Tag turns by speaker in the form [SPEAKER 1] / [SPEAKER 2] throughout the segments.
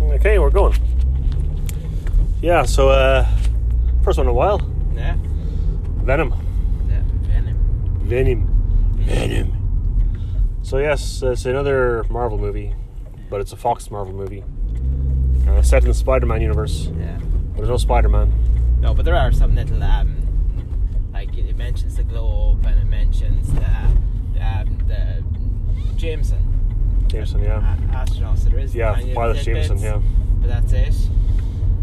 [SPEAKER 1] Okay, we're going. Yeah, so uh first one in a while.
[SPEAKER 2] Yeah.
[SPEAKER 1] Venom.
[SPEAKER 2] Yeah. Venom.
[SPEAKER 1] Venom. Venom. So yes, it's another Marvel movie, but it's a Fox Marvel movie. Uh, set in the Spider-Man universe.
[SPEAKER 2] Yeah.
[SPEAKER 1] But there's no Spider-Man.
[SPEAKER 2] No, but there are some little um, like it mentions the globe and it mentions the um, the Jameson
[SPEAKER 1] Jameson, yeah.
[SPEAKER 2] a- astronaut. So there is
[SPEAKER 1] Yeah,
[SPEAKER 2] tiny
[SPEAKER 1] Pilot
[SPEAKER 2] little
[SPEAKER 1] Jameson,
[SPEAKER 2] bits,
[SPEAKER 1] yeah.
[SPEAKER 2] But that's it.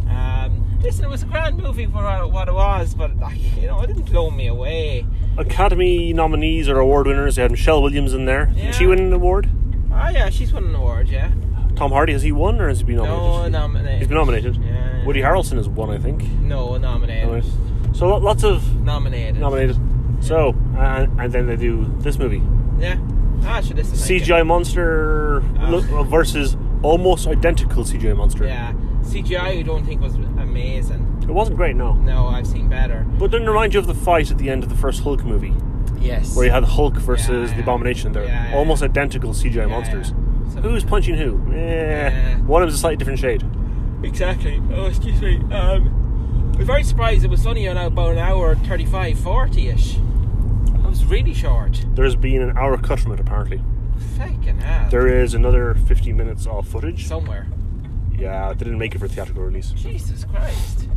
[SPEAKER 2] Um, listen, it was a grand movie for what- what it was, but like, you know, it didn't blow me away.
[SPEAKER 1] Academy nominees or award winners. They had Michelle Williams in there. Did she
[SPEAKER 2] Yeah.
[SPEAKER 1] win an award?
[SPEAKER 2] Oh yeah, she's won an award, yeah.
[SPEAKER 1] Tom Hardy has he won or has he been
[SPEAKER 2] No
[SPEAKER 1] nominated?
[SPEAKER 2] nominated.
[SPEAKER 1] He's been nominated.
[SPEAKER 2] Yeah.
[SPEAKER 1] Woody Harrelson has won, I think.
[SPEAKER 2] No nominated.
[SPEAKER 1] So lo- lots of
[SPEAKER 2] Nominated.
[SPEAKER 1] nominated. So uh, and then they do this movie,
[SPEAKER 2] Yeah. Ah, should listen. like it.
[SPEAKER 1] CGI monster
[SPEAKER 2] Ah.
[SPEAKER 1] lo- versus almost identical CGI monster.
[SPEAKER 2] Yeah, CGI you don't think was amazing.
[SPEAKER 1] It wasn't great, no.
[SPEAKER 2] No, I've seen better.
[SPEAKER 1] But didn't it remind you of the fight at the end of the first Hulk movie,
[SPEAKER 2] Yes.
[SPEAKER 1] where you had Hulk versus
[SPEAKER 2] Yeah.
[SPEAKER 1] the Abomination. They're
[SPEAKER 2] Yeah, yeah.
[SPEAKER 1] almost identical CGI
[SPEAKER 2] Yeah,
[SPEAKER 1] monsters.
[SPEAKER 2] yeah. Something
[SPEAKER 1] Who's
[SPEAKER 2] like
[SPEAKER 1] punching who? Eh,
[SPEAKER 2] Yeah.
[SPEAKER 1] One of them's a slightly different shade.
[SPEAKER 2] Exactly. Oh, excuse me. Um, I was very surprised it was only on about an hour 35, 40 ish. It was really short.
[SPEAKER 1] There's been an hour cut from it, apparently.
[SPEAKER 2] Fucking hell.
[SPEAKER 1] There is another 50 minutes of footage.
[SPEAKER 2] Somewhere.
[SPEAKER 1] Yeah, they didn't make it for theatrical release.
[SPEAKER 2] Jesus Christ.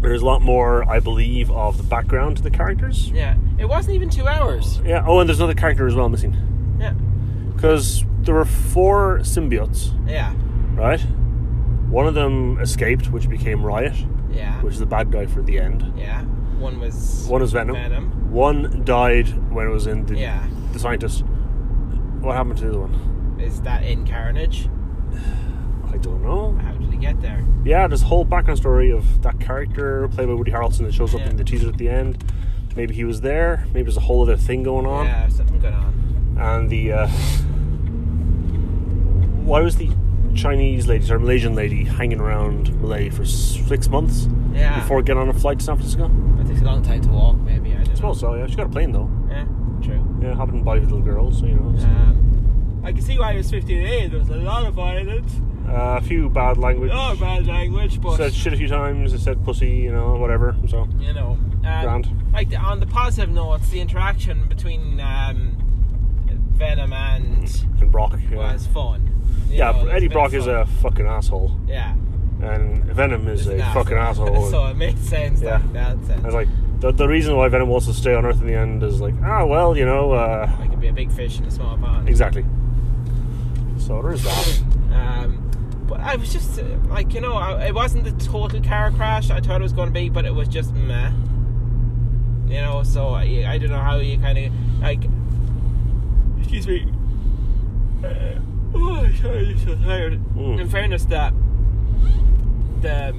[SPEAKER 1] There's a lot more, I believe, of the background to the characters.
[SPEAKER 2] Yeah. It wasn't even two hours.
[SPEAKER 1] Yeah, oh, and there's another character as well missing.
[SPEAKER 2] Yeah.
[SPEAKER 1] Because there were four symbiotes,
[SPEAKER 2] Yeah.
[SPEAKER 1] right? One of them escaped, which became Riot,
[SPEAKER 2] Yeah.
[SPEAKER 1] which is the bad guy for the end.
[SPEAKER 2] Yeah. One was.
[SPEAKER 1] One was Venom.
[SPEAKER 2] Venom.
[SPEAKER 1] One died when it was in the,
[SPEAKER 2] Yeah.
[SPEAKER 1] the scientist. What happened to the other one?
[SPEAKER 2] Is that in Carnage?
[SPEAKER 1] I don't know.
[SPEAKER 2] How did he get there?
[SPEAKER 1] yeah, this whole background story of that character played by Woody Harrelson that shows up
[SPEAKER 2] Yeah.
[SPEAKER 1] in the teaser at the end. Maybe he was there. Maybe there's a whole other thing going on.
[SPEAKER 2] Yeah, something going on.
[SPEAKER 1] And the uh, why was the Chinese lady, sorry, Malaysian lady, hanging around Malay for s- six months
[SPEAKER 2] Yeah.
[SPEAKER 1] before getting on a flight to San Francisco?
[SPEAKER 2] It takes a long time to walk, maybe. I don't
[SPEAKER 1] I suppose
[SPEAKER 2] know.
[SPEAKER 1] so. Yeah, she got a plane though.
[SPEAKER 2] Yeah, true.
[SPEAKER 1] Yeah, happened in Body with Little Girls, so you know.
[SPEAKER 2] Um, I can see why it was 58. There was a lot of violence,
[SPEAKER 1] Uh, a few bad language.
[SPEAKER 2] a lot of Oh, bad language, but
[SPEAKER 1] Said shit a few times. I said pussy, you know, whatever. So
[SPEAKER 2] you know, um,
[SPEAKER 1] Grand.
[SPEAKER 2] like the, on the positive notes, the interaction between um, Venom and
[SPEAKER 1] and Brock. Mm. Yeah,
[SPEAKER 2] was fun. You
[SPEAKER 1] yeah
[SPEAKER 2] know, it's
[SPEAKER 1] Eddie
[SPEAKER 2] been
[SPEAKER 1] Brock is
[SPEAKER 2] fun.
[SPEAKER 1] a fucking asshole.
[SPEAKER 2] yeah,
[SPEAKER 1] and Venom is
[SPEAKER 2] it's
[SPEAKER 1] a
[SPEAKER 2] an
[SPEAKER 1] fucking asshole.
[SPEAKER 2] so it made sense. Yeah,
[SPEAKER 1] Yeah.
[SPEAKER 2] that, that sense.
[SPEAKER 1] and it's like the, the reason why Venom wants to stay on Earth in the end is like, ah, well, you know, uh,
[SPEAKER 2] I could be a big fish in a small pond.
[SPEAKER 1] exactly. So there's that.
[SPEAKER 2] Um, but I was just uh, like, you know, I, it wasn't the total car crash I thought it was going to be, but it was just meh. You know, so I, I don't know how you kind of like. Excuse me. Uh, oh, sorry, I'm so tired.
[SPEAKER 1] Mm.
[SPEAKER 2] In fairness, that the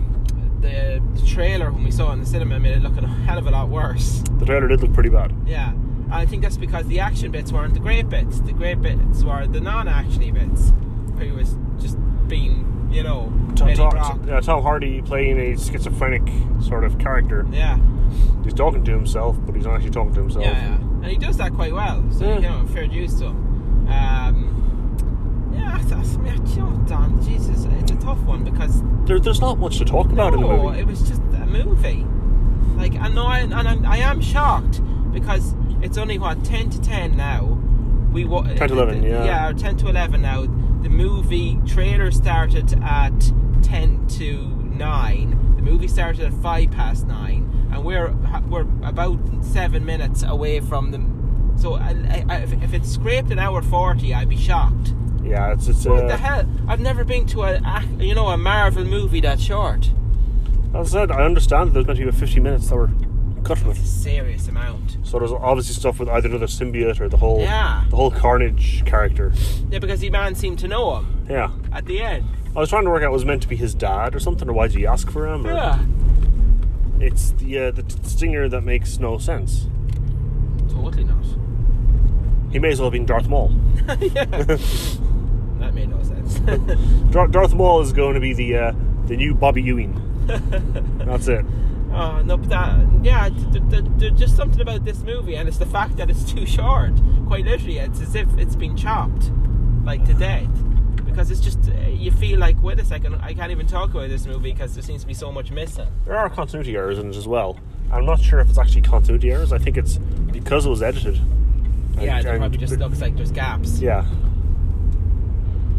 [SPEAKER 2] the trailer when we saw it in the cinema made it look a hell of a lot worse.
[SPEAKER 1] The trailer did look pretty bad.
[SPEAKER 2] Yeah. And I think that's because the action bits weren't the great bits. The great bits were the non-actiony bits, where he was just being, you know,
[SPEAKER 1] Tom,
[SPEAKER 2] Eddie
[SPEAKER 1] Tom,
[SPEAKER 2] Brock.
[SPEAKER 1] yeah, Tom Hardy playing a schizophrenic sort of character.
[SPEAKER 2] Yeah.
[SPEAKER 1] He's talking to himself, but he's not actually talking to
[SPEAKER 2] yeah,
[SPEAKER 1] himself.
[SPEAKER 2] yeah. And he does that quite well. So
[SPEAKER 1] Yeah.
[SPEAKER 2] you know, fair dues to him. Um, yeah, that's, I mean, you know, Don, Jesus, it's a tough one because
[SPEAKER 1] There, there's not much to talk about in the
[SPEAKER 2] no,
[SPEAKER 1] movie.
[SPEAKER 2] it was just a movie. Like, and no, I, and I'm, I am shocked because it's only what ten to ten now. We wa-
[SPEAKER 1] 10 to 11, yeah.
[SPEAKER 2] yeah, or ten to eleven now. The movie trailer started at ten to nine. The movie started at five past nine, and we're we're about seven minutes away from the. So I, I, if if it scraped an hour forty, I'd be shocked.
[SPEAKER 1] yeah, it's it's.
[SPEAKER 2] What
[SPEAKER 1] uh,
[SPEAKER 2] the hell? I've never been to a ac- you know a Marvel movie that short.
[SPEAKER 1] As I said, I understand that there's meant to be about 50 minutes that were cut from it.
[SPEAKER 2] It's a serious amount.
[SPEAKER 1] So there's obviously stuff with either another symbiote or the whole
[SPEAKER 2] Yeah.
[SPEAKER 1] the whole Carnage character.
[SPEAKER 2] Yeah, because the man seemed to know him
[SPEAKER 1] Yeah.
[SPEAKER 2] at the end.
[SPEAKER 1] I was trying to work out was it meant to be his dad or something, or why did he ask for him? Or
[SPEAKER 2] Yeah.
[SPEAKER 1] It's the uh, the t- stinger that makes no sense.
[SPEAKER 2] Totally not.
[SPEAKER 1] He may as well have been Darth Maul.
[SPEAKER 2] yeah. that made no sense.
[SPEAKER 1] Dar- Darth Maul is going to be the uh, the new Bobby Ewing. That's it.
[SPEAKER 2] oh, no, but that, yeah, th- th- th- there's just something about this movie, and it's the fact that it's too short. Quite literally, it's as if it's been chopped, like to death. Because it's just, uh, you feel like, wait a second, I can't even talk about this movie because there seems to be so much missing.
[SPEAKER 1] There are continuity errors in it as well. I'm not sure if it's actually continuity errors. I think it's because it was edited.
[SPEAKER 2] yeah, it
[SPEAKER 1] And- and
[SPEAKER 2] probably just
[SPEAKER 1] the-
[SPEAKER 2] looks like there's gaps.
[SPEAKER 1] Yeah,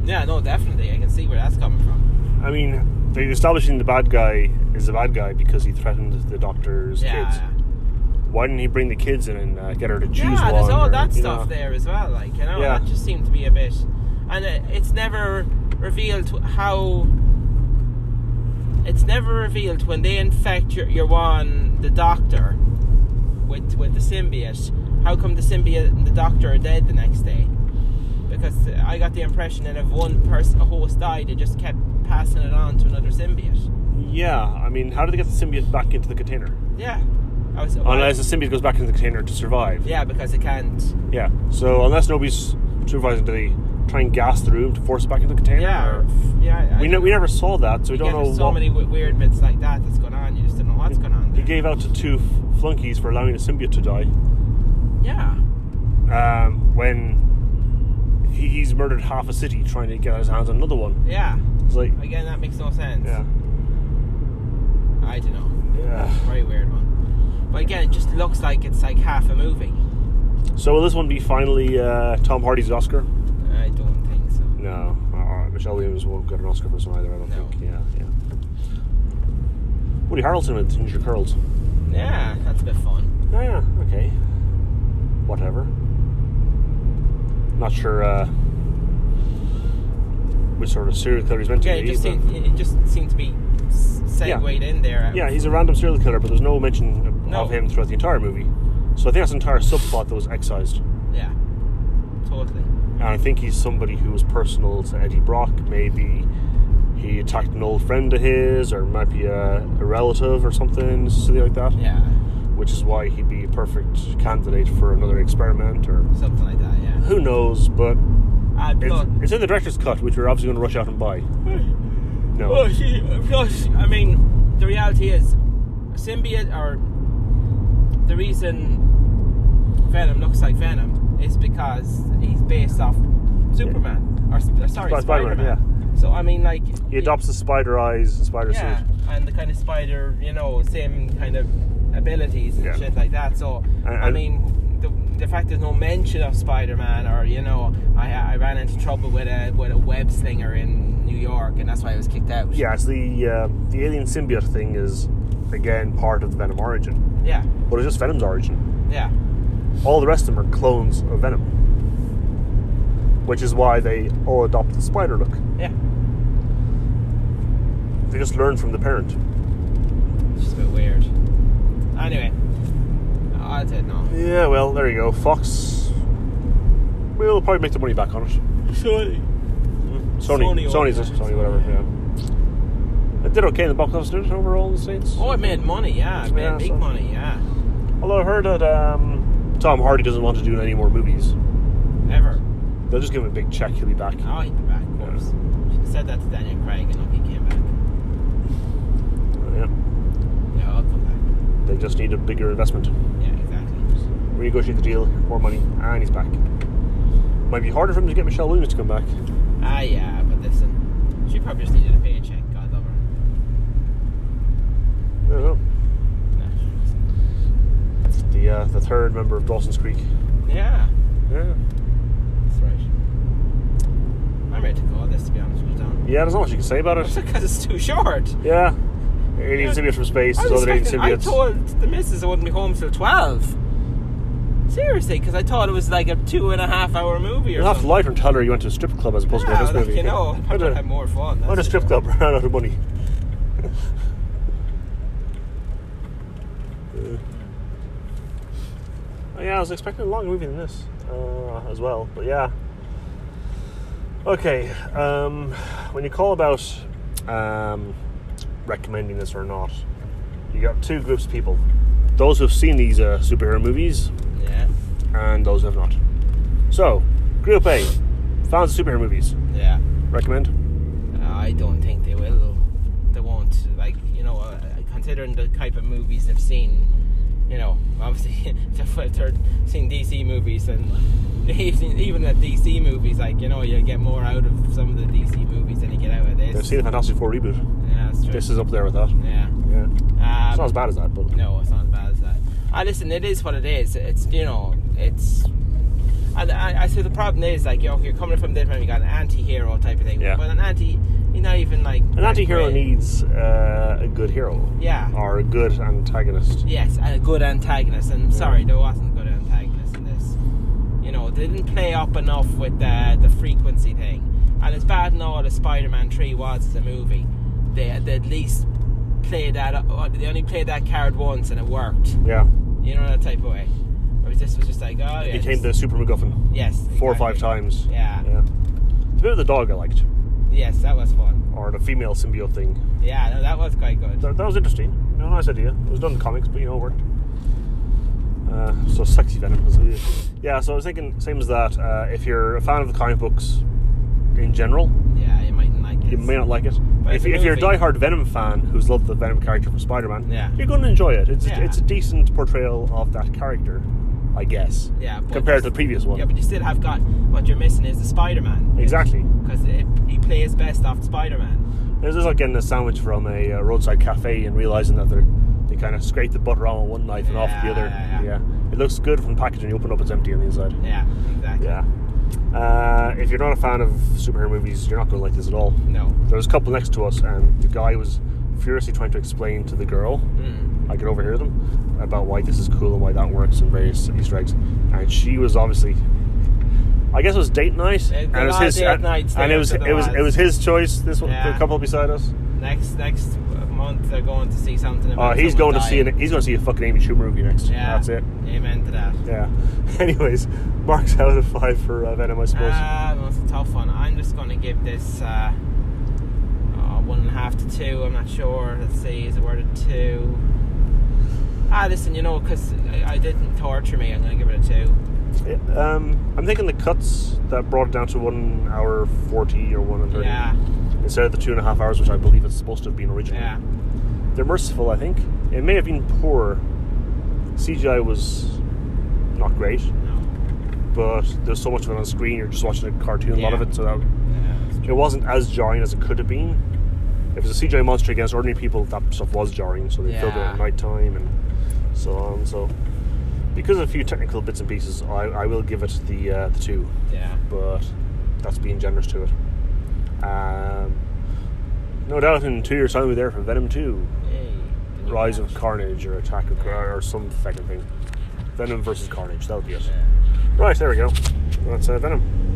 [SPEAKER 2] Yeah, no, definitely. I can see where that's coming from.
[SPEAKER 1] I mean, they're establishing the bad guy is a bad guy because he threatened the doctor's
[SPEAKER 2] Yeah.
[SPEAKER 1] kids. Why didn't he bring the kids in and uh, get her to choose
[SPEAKER 2] yeah, there's
[SPEAKER 1] one
[SPEAKER 2] all
[SPEAKER 1] or,
[SPEAKER 2] that
[SPEAKER 1] you
[SPEAKER 2] stuff
[SPEAKER 1] know?
[SPEAKER 2] there as well. Like you know,
[SPEAKER 1] Yeah.
[SPEAKER 2] that just seemed to be a bit, and it, it's never revealed wh- how. It's never revealed when they infect your your one the doctor, with with the symbiote. How come the symbiote and the doctor are dead the next day? Because I got the impression that if one person a host died, they just kept passing it on to another symbiote.
[SPEAKER 1] Yeah, I mean, how did they get the symbiote back into the container?
[SPEAKER 2] Yeah, I was.
[SPEAKER 1] Unless the symbiote goes back into the container to survive.
[SPEAKER 2] yeah, because it can't.
[SPEAKER 1] Yeah. So unless nobody's supervising, do they try and gas the room to force it back into the container?
[SPEAKER 2] Yeah,
[SPEAKER 1] Or-
[SPEAKER 2] yeah. I-
[SPEAKER 1] We know, we never saw that, so we
[SPEAKER 2] You
[SPEAKER 1] don't
[SPEAKER 2] get
[SPEAKER 1] know.
[SPEAKER 2] so
[SPEAKER 1] what-
[SPEAKER 2] many w- weird bits like that that's going on. You just don't know what's going on.
[SPEAKER 1] He
[SPEAKER 2] There.
[SPEAKER 1] gave out to two f- flunkies for allowing a symbiote to die.
[SPEAKER 2] yeah,
[SPEAKER 1] Um, when he, he's murdered half a city trying to get his hands on another one.
[SPEAKER 2] yeah.
[SPEAKER 1] It's like,
[SPEAKER 2] Again, that makes no sense.
[SPEAKER 1] yeah,
[SPEAKER 2] I don't know.
[SPEAKER 1] yeah.
[SPEAKER 2] Very weird one. But again, it just looks like it's like half a movie.
[SPEAKER 1] So will this one be finally uh, Tom Hardy's Oscar?
[SPEAKER 2] I don't think so.
[SPEAKER 1] No, uh, Michelle Williams won't get an Oscar for this one either. I don't
[SPEAKER 2] No.
[SPEAKER 1] think. Yeah, yeah. Woody Harrelson with Ginger Curls.
[SPEAKER 2] Yeah, that's a bit fun.
[SPEAKER 1] Oh yeah, okay. Whatever. Not sure uh, which sort of serial killer he's meant to
[SPEAKER 2] Yeah,
[SPEAKER 1] be.
[SPEAKER 2] it just
[SPEAKER 1] but-
[SPEAKER 2] seemed, it just seemed to be s- segued in there.
[SPEAKER 1] yeah, he's a random serial killer, but there's no mention of
[SPEAKER 2] No.
[SPEAKER 1] him throughout the entire movie. So I think that's an entire subplot that was excised.
[SPEAKER 2] yeah, totally.
[SPEAKER 1] And I think he's somebody who was personal to Eddie Brock. Maybe he attacked an old friend of his, or might be a, a relative or something, something like that.
[SPEAKER 2] Yeah,
[SPEAKER 1] Which is why he'd be a perfect candidate for another experiment, or
[SPEAKER 2] something like that. Yeah.
[SPEAKER 1] who knows, but
[SPEAKER 2] Uh,
[SPEAKER 1] It's,
[SPEAKER 2] but-
[SPEAKER 1] it's in the director's cut, which we're obviously going to rush out and buy. No.
[SPEAKER 2] Well, she, because I mean, the reality is, symbiote or the reason Venom looks like Venom is because he's based off Superman or, sp- sorry
[SPEAKER 1] Sp- Spider-Man,
[SPEAKER 2] Spider Man. So I mean, like
[SPEAKER 1] He adopts the spider eyes and spider
[SPEAKER 2] yeah,
[SPEAKER 1] suit.
[SPEAKER 2] and the kind of spider, you know, same kind of abilities and
[SPEAKER 1] Yeah.
[SPEAKER 2] shit like that. So
[SPEAKER 1] And-
[SPEAKER 2] I
[SPEAKER 1] and-
[SPEAKER 2] mean, the, the fact there's no mention of Spider-Man, or you know, I, I ran into trouble with a with a web slinger in New York, and that's why I was kicked out.
[SPEAKER 1] Yeah, it's the uh, the alien symbiote thing is again part of the Venom origin,
[SPEAKER 2] yeah,
[SPEAKER 1] but it's just Venom's origin.
[SPEAKER 2] yeah.
[SPEAKER 1] All the rest of them are clones of Venom, which is why they all adopted the spider look.
[SPEAKER 2] Yeah,
[SPEAKER 1] They just learn from the parent.
[SPEAKER 2] it's just a bit weird. Anyway, I did not.
[SPEAKER 1] Yeah, well, there you go. Fox will probably make the money back on it.
[SPEAKER 2] Surely.
[SPEAKER 1] Sony,
[SPEAKER 2] Mm-hmm. Sony
[SPEAKER 1] Sony's
[SPEAKER 2] or-
[SPEAKER 1] it, Sony, whatever. Yeah, it did okay in the box office didn't it, overall in the states.
[SPEAKER 2] Oh, it made money, yeah. It made
[SPEAKER 1] Yeah,
[SPEAKER 2] big
[SPEAKER 1] so-
[SPEAKER 2] money, yeah.
[SPEAKER 1] Although I heard that um, Tom Hardy doesn't want to do any more movies.
[SPEAKER 2] Ever.
[SPEAKER 1] They'll just give him a big check, he'll be back.
[SPEAKER 2] Oh, he'd be back, of course. Said that to Daniel Craig, and look, he came back.
[SPEAKER 1] Yeah.
[SPEAKER 2] Yeah, I'll come
[SPEAKER 1] They just need a bigger investment.
[SPEAKER 2] back. Yeah, exactly.
[SPEAKER 1] Renegotiate the deal, more money, and he's back. Might be harder for him to get Michelle Williams to come back.
[SPEAKER 2] Ah, yeah, but listen, she probably just needed a paycheck. God love her.
[SPEAKER 1] I don't know.
[SPEAKER 2] Nah, she doesn't.
[SPEAKER 1] The, uh, the third member of Dawson's Creek.
[SPEAKER 2] yeah,
[SPEAKER 1] Yeah.
[SPEAKER 2] that's right. I'm ready to call this, to be honest with you, Don.
[SPEAKER 1] Yeah, there's not much you can say about it.
[SPEAKER 2] Because it's too short.
[SPEAKER 1] Yeah. Alien symbiote from space,
[SPEAKER 2] I,
[SPEAKER 1] there's
[SPEAKER 2] was
[SPEAKER 1] other alien
[SPEAKER 2] expecting, I
[SPEAKER 1] symbiotes.
[SPEAKER 2] told the missus I wouldn't be home till 12. Seriously, because I thought it was like a two and a half hour movie or
[SPEAKER 1] You'll have to
[SPEAKER 2] something.
[SPEAKER 1] lie and tell her you went to a strip club as opposed
[SPEAKER 2] yeah,
[SPEAKER 1] to this
[SPEAKER 2] like,
[SPEAKER 1] movie.
[SPEAKER 2] you know, I
[SPEAKER 1] What
[SPEAKER 2] would
[SPEAKER 1] a-
[SPEAKER 2] have more fun.
[SPEAKER 1] what a
[SPEAKER 2] that's
[SPEAKER 1] strip
[SPEAKER 2] for
[SPEAKER 1] club ran out of money. Uh, oh yeah, I was expecting a longer movie than this uh, as well, but yeah. Okay, um, when you call about um, recommending this or not, you got two groups of people: those who have seen these uh, superhero movies
[SPEAKER 2] sure. Yeah,
[SPEAKER 1] and those who have not. So, Group A, fans of superhero movies,
[SPEAKER 2] yeah.
[SPEAKER 1] recommend.
[SPEAKER 2] I don't think they uh, will, though. They won't. Like, you know, uh, considering the type of movies they've seen, you know, obviously if they're seeing DC movies and even even at DC movies, like you know, you get more out of some of the DC movies than you get out of
[SPEAKER 1] I've
[SPEAKER 2] this.
[SPEAKER 1] seen the Fantastic Four reboot.
[SPEAKER 2] Yeah, that's true.
[SPEAKER 1] This is up there with that.
[SPEAKER 2] yeah.
[SPEAKER 1] Yeah.
[SPEAKER 2] Um,
[SPEAKER 1] It's not as bad as that, but
[SPEAKER 2] No, it's not as bad as that. I listen. It is what it is. It's you know, it's. And I, I say the problem is like you know, you're coming from different. You got an anti-hero type of thing,
[SPEAKER 1] Yeah.
[SPEAKER 2] but an anti, you're not even like
[SPEAKER 1] an anti-hero
[SPEAKER 2] great.
[SPEAKER 1] needs uh, a good hero.
[SPEAKER 2] Yeah.
[SPEAKER 1] Or a good antagonist.
[SPEAKER 2] Yes, a good antagonist. And I'm sorry, there wasn't a good antagonist in this. You know, they didn't play up enough with the, the frequency thing. And as bad and all as Spider Man 3 was as a movie, they, they at least played that, up- or they only played that card once and it worked.
[SPEAKER 1] Yeah.
[SPEAKER 2] You know, that type of way. Whereas this was just like, oh, yeah.
[SPEAKER 1] It became the
[SPEAKER 2] this-
[SPEAKER 1] Super MacGuffin
[SPEAKER 2] Yes.
[SPEAKER 1] four or five
[SPEAKER 2] exactly.
[SPEAKER 1] times.
[SPEAKER 2] Yeah.
[SPEAKER 1] Yeah. It's a bit of the dog I liked,
[SPEAKER 2] Yes, that was fun.
[SPEAKER 1] or the female symbiote thing.
[SPEAKER 2] Yeah, no, that was quite good.
[SPEAKER 1] That, that was interesting. You know, nice idea. It was done in comics, but you know, it worked. Uh, so sexy venom. Was yeah. So I was thinking, same as that. Uh, if you're a fan of the comic books in general,
[SPEAKER 2] Yeah, you mightn't like it.
[SPEAKER 1] you may not like it.
[SPEAKER 2] But
[SPEAKER 1] If,
[SPEAKER 2] it's a
[SPEAKER 1] if you're a
[SPEAKER 2] movie.
[SPEAKER 1] diehard Venom fan who's loved the Venom character from Spider-Man,
[SPEAKER 2] Yeah.
[SPEAKER 1] you're going to enjoy it. It's
[SPEAKER 2] Yeah.
[SPEAKER 1] a, it's a decent portrayal of that character, I guess.
[SPEAKER 2] Yeah, but-
[SPEAKER 1] Compared to the previous one.
[SPEAKER 2] Yeah, but you still have got what you're missing is the Spider Man.
[SPEAKER 1] exactly.
[SPEAKER 2] because he plays best off Spider Man.
[SPEAKER 1] This is like getting a sandwich from a uh, roadside cafe and realizing that they're they kind of scrape the butter on with one knife and off with the other.
[SPEAKER 2] Yeah,
[SPEAKER 1] Yeah,
[SPEAKER 2] yeah.
[SPEAKER 1] it looks good from the packaging. You open it up, it's empty on the inside.
[SPEAKER 2] Yeah, exactly.
[SPEAKER 1] Yeah. Uh, if you're not a fan of superhero movies, you're not going to like this at all.
[SPEAKER 2] No.
[SPEAKER 1] There was a couple next to us, and the guy was furiously trying to explain to the girl.
[SPEAKER 2] Mm.
[SPEAKER 1] I could overhear them about why this is cool and why that works and various Easter eggs. And she was obviously, I guess it was date night,
[SPEAKER 2] It-
[SPEAKER 1] and it was
[SPEAKER 2] a lot of
[SPEAKER 1] his,
[SPEAKER 2] date
[SPEAKER 1] and,
[SPEAKER 2] nights
[SPEAKER 1] and it
[SPEAKER 2] there
[SPEAKER 1] was
[SPEAKER 2] for the
[SPEAKER 1] it was
[SPEAKER 2] lads.
[SPEAKER 1] it was his choice. This one,
[SPEAKER 2] Yeah.
[SPEAKER 1] the couple beside us.
[SPEAKER 2] Next next month they're going to see something.
[SPEAKER 1] Oh,
[SPEAKER 2] About
[SPEAKER 1] he's
[SPEAKER 2] someone
[SPEAKER 1] going to see
[SPEAKER 2] dying.
[SPEAKER 1] an, he's going to see a fucking Amy Schumer movie next.
[SPEAKER 2] Yeah,
[SPEAKER 1] that's it.
[SPEAKER 2] Amen to that.
[SPEAKER 1] Yeah. Anyways, marks out of five for uh, Venom, I suppose.
[SPEAKER 2] Ah, that was a tough one. I'm just going to give this uh, oh, one and a half to two. I'm not sure. Let's see, is it worth a two? Ah, listen, you know, because I, I didn't torture me. I'm going to give it a two.
[SPEAKER 1] Yeah, um, I'm thinking the cuts that brought it down to one hour forty or one and thirty
[SPEAKER 2] Yeah,
[SPEAKER 1] instead of the two and a half hours, which I believe it's supposed to have been originally.
[SPEAKER 2] yeah,
[SPEAKER 1] They're merciful, I think. It may have been poor. CGI was not great,
[SPEAKER 2] no,
[SPEAKER 1] but there's so much of it on screen. You're just watching a cartoon, a lot
[SPEAKER 2] Yeah.
[SPEAKER 1] of it, so that
[SPEAKER 2] yeah, that's
[SPEAKER 1] it wasn't as jarring as it could have been. If it was a CGI monster against ordinary people, that stuff was jarring. So they filmed it
[SPEAKER 2] Yeah.
[SPEAKER 1] at nighttime and so on. So because of a few technical bits and pieces, I, I will give it the uh, the two,
[SPEAKER 2] true. yeah.
[SPEAKER 1] but that's being generous to it. Um, no doubt in two years' time we'll be there for Venom two,
[SPEAKER 2] Yay. The new
[SPEAKER 1] Rise of
[SPEAKER 2] patch.
[SPEAKER 1] Carnage or Attack of Car- or some fucking thing. Venom versus Carnage. That would be it.
[SPEAKER 2] Yeah.
[SPEAKER 1] Right there we go. That's uh, Venom.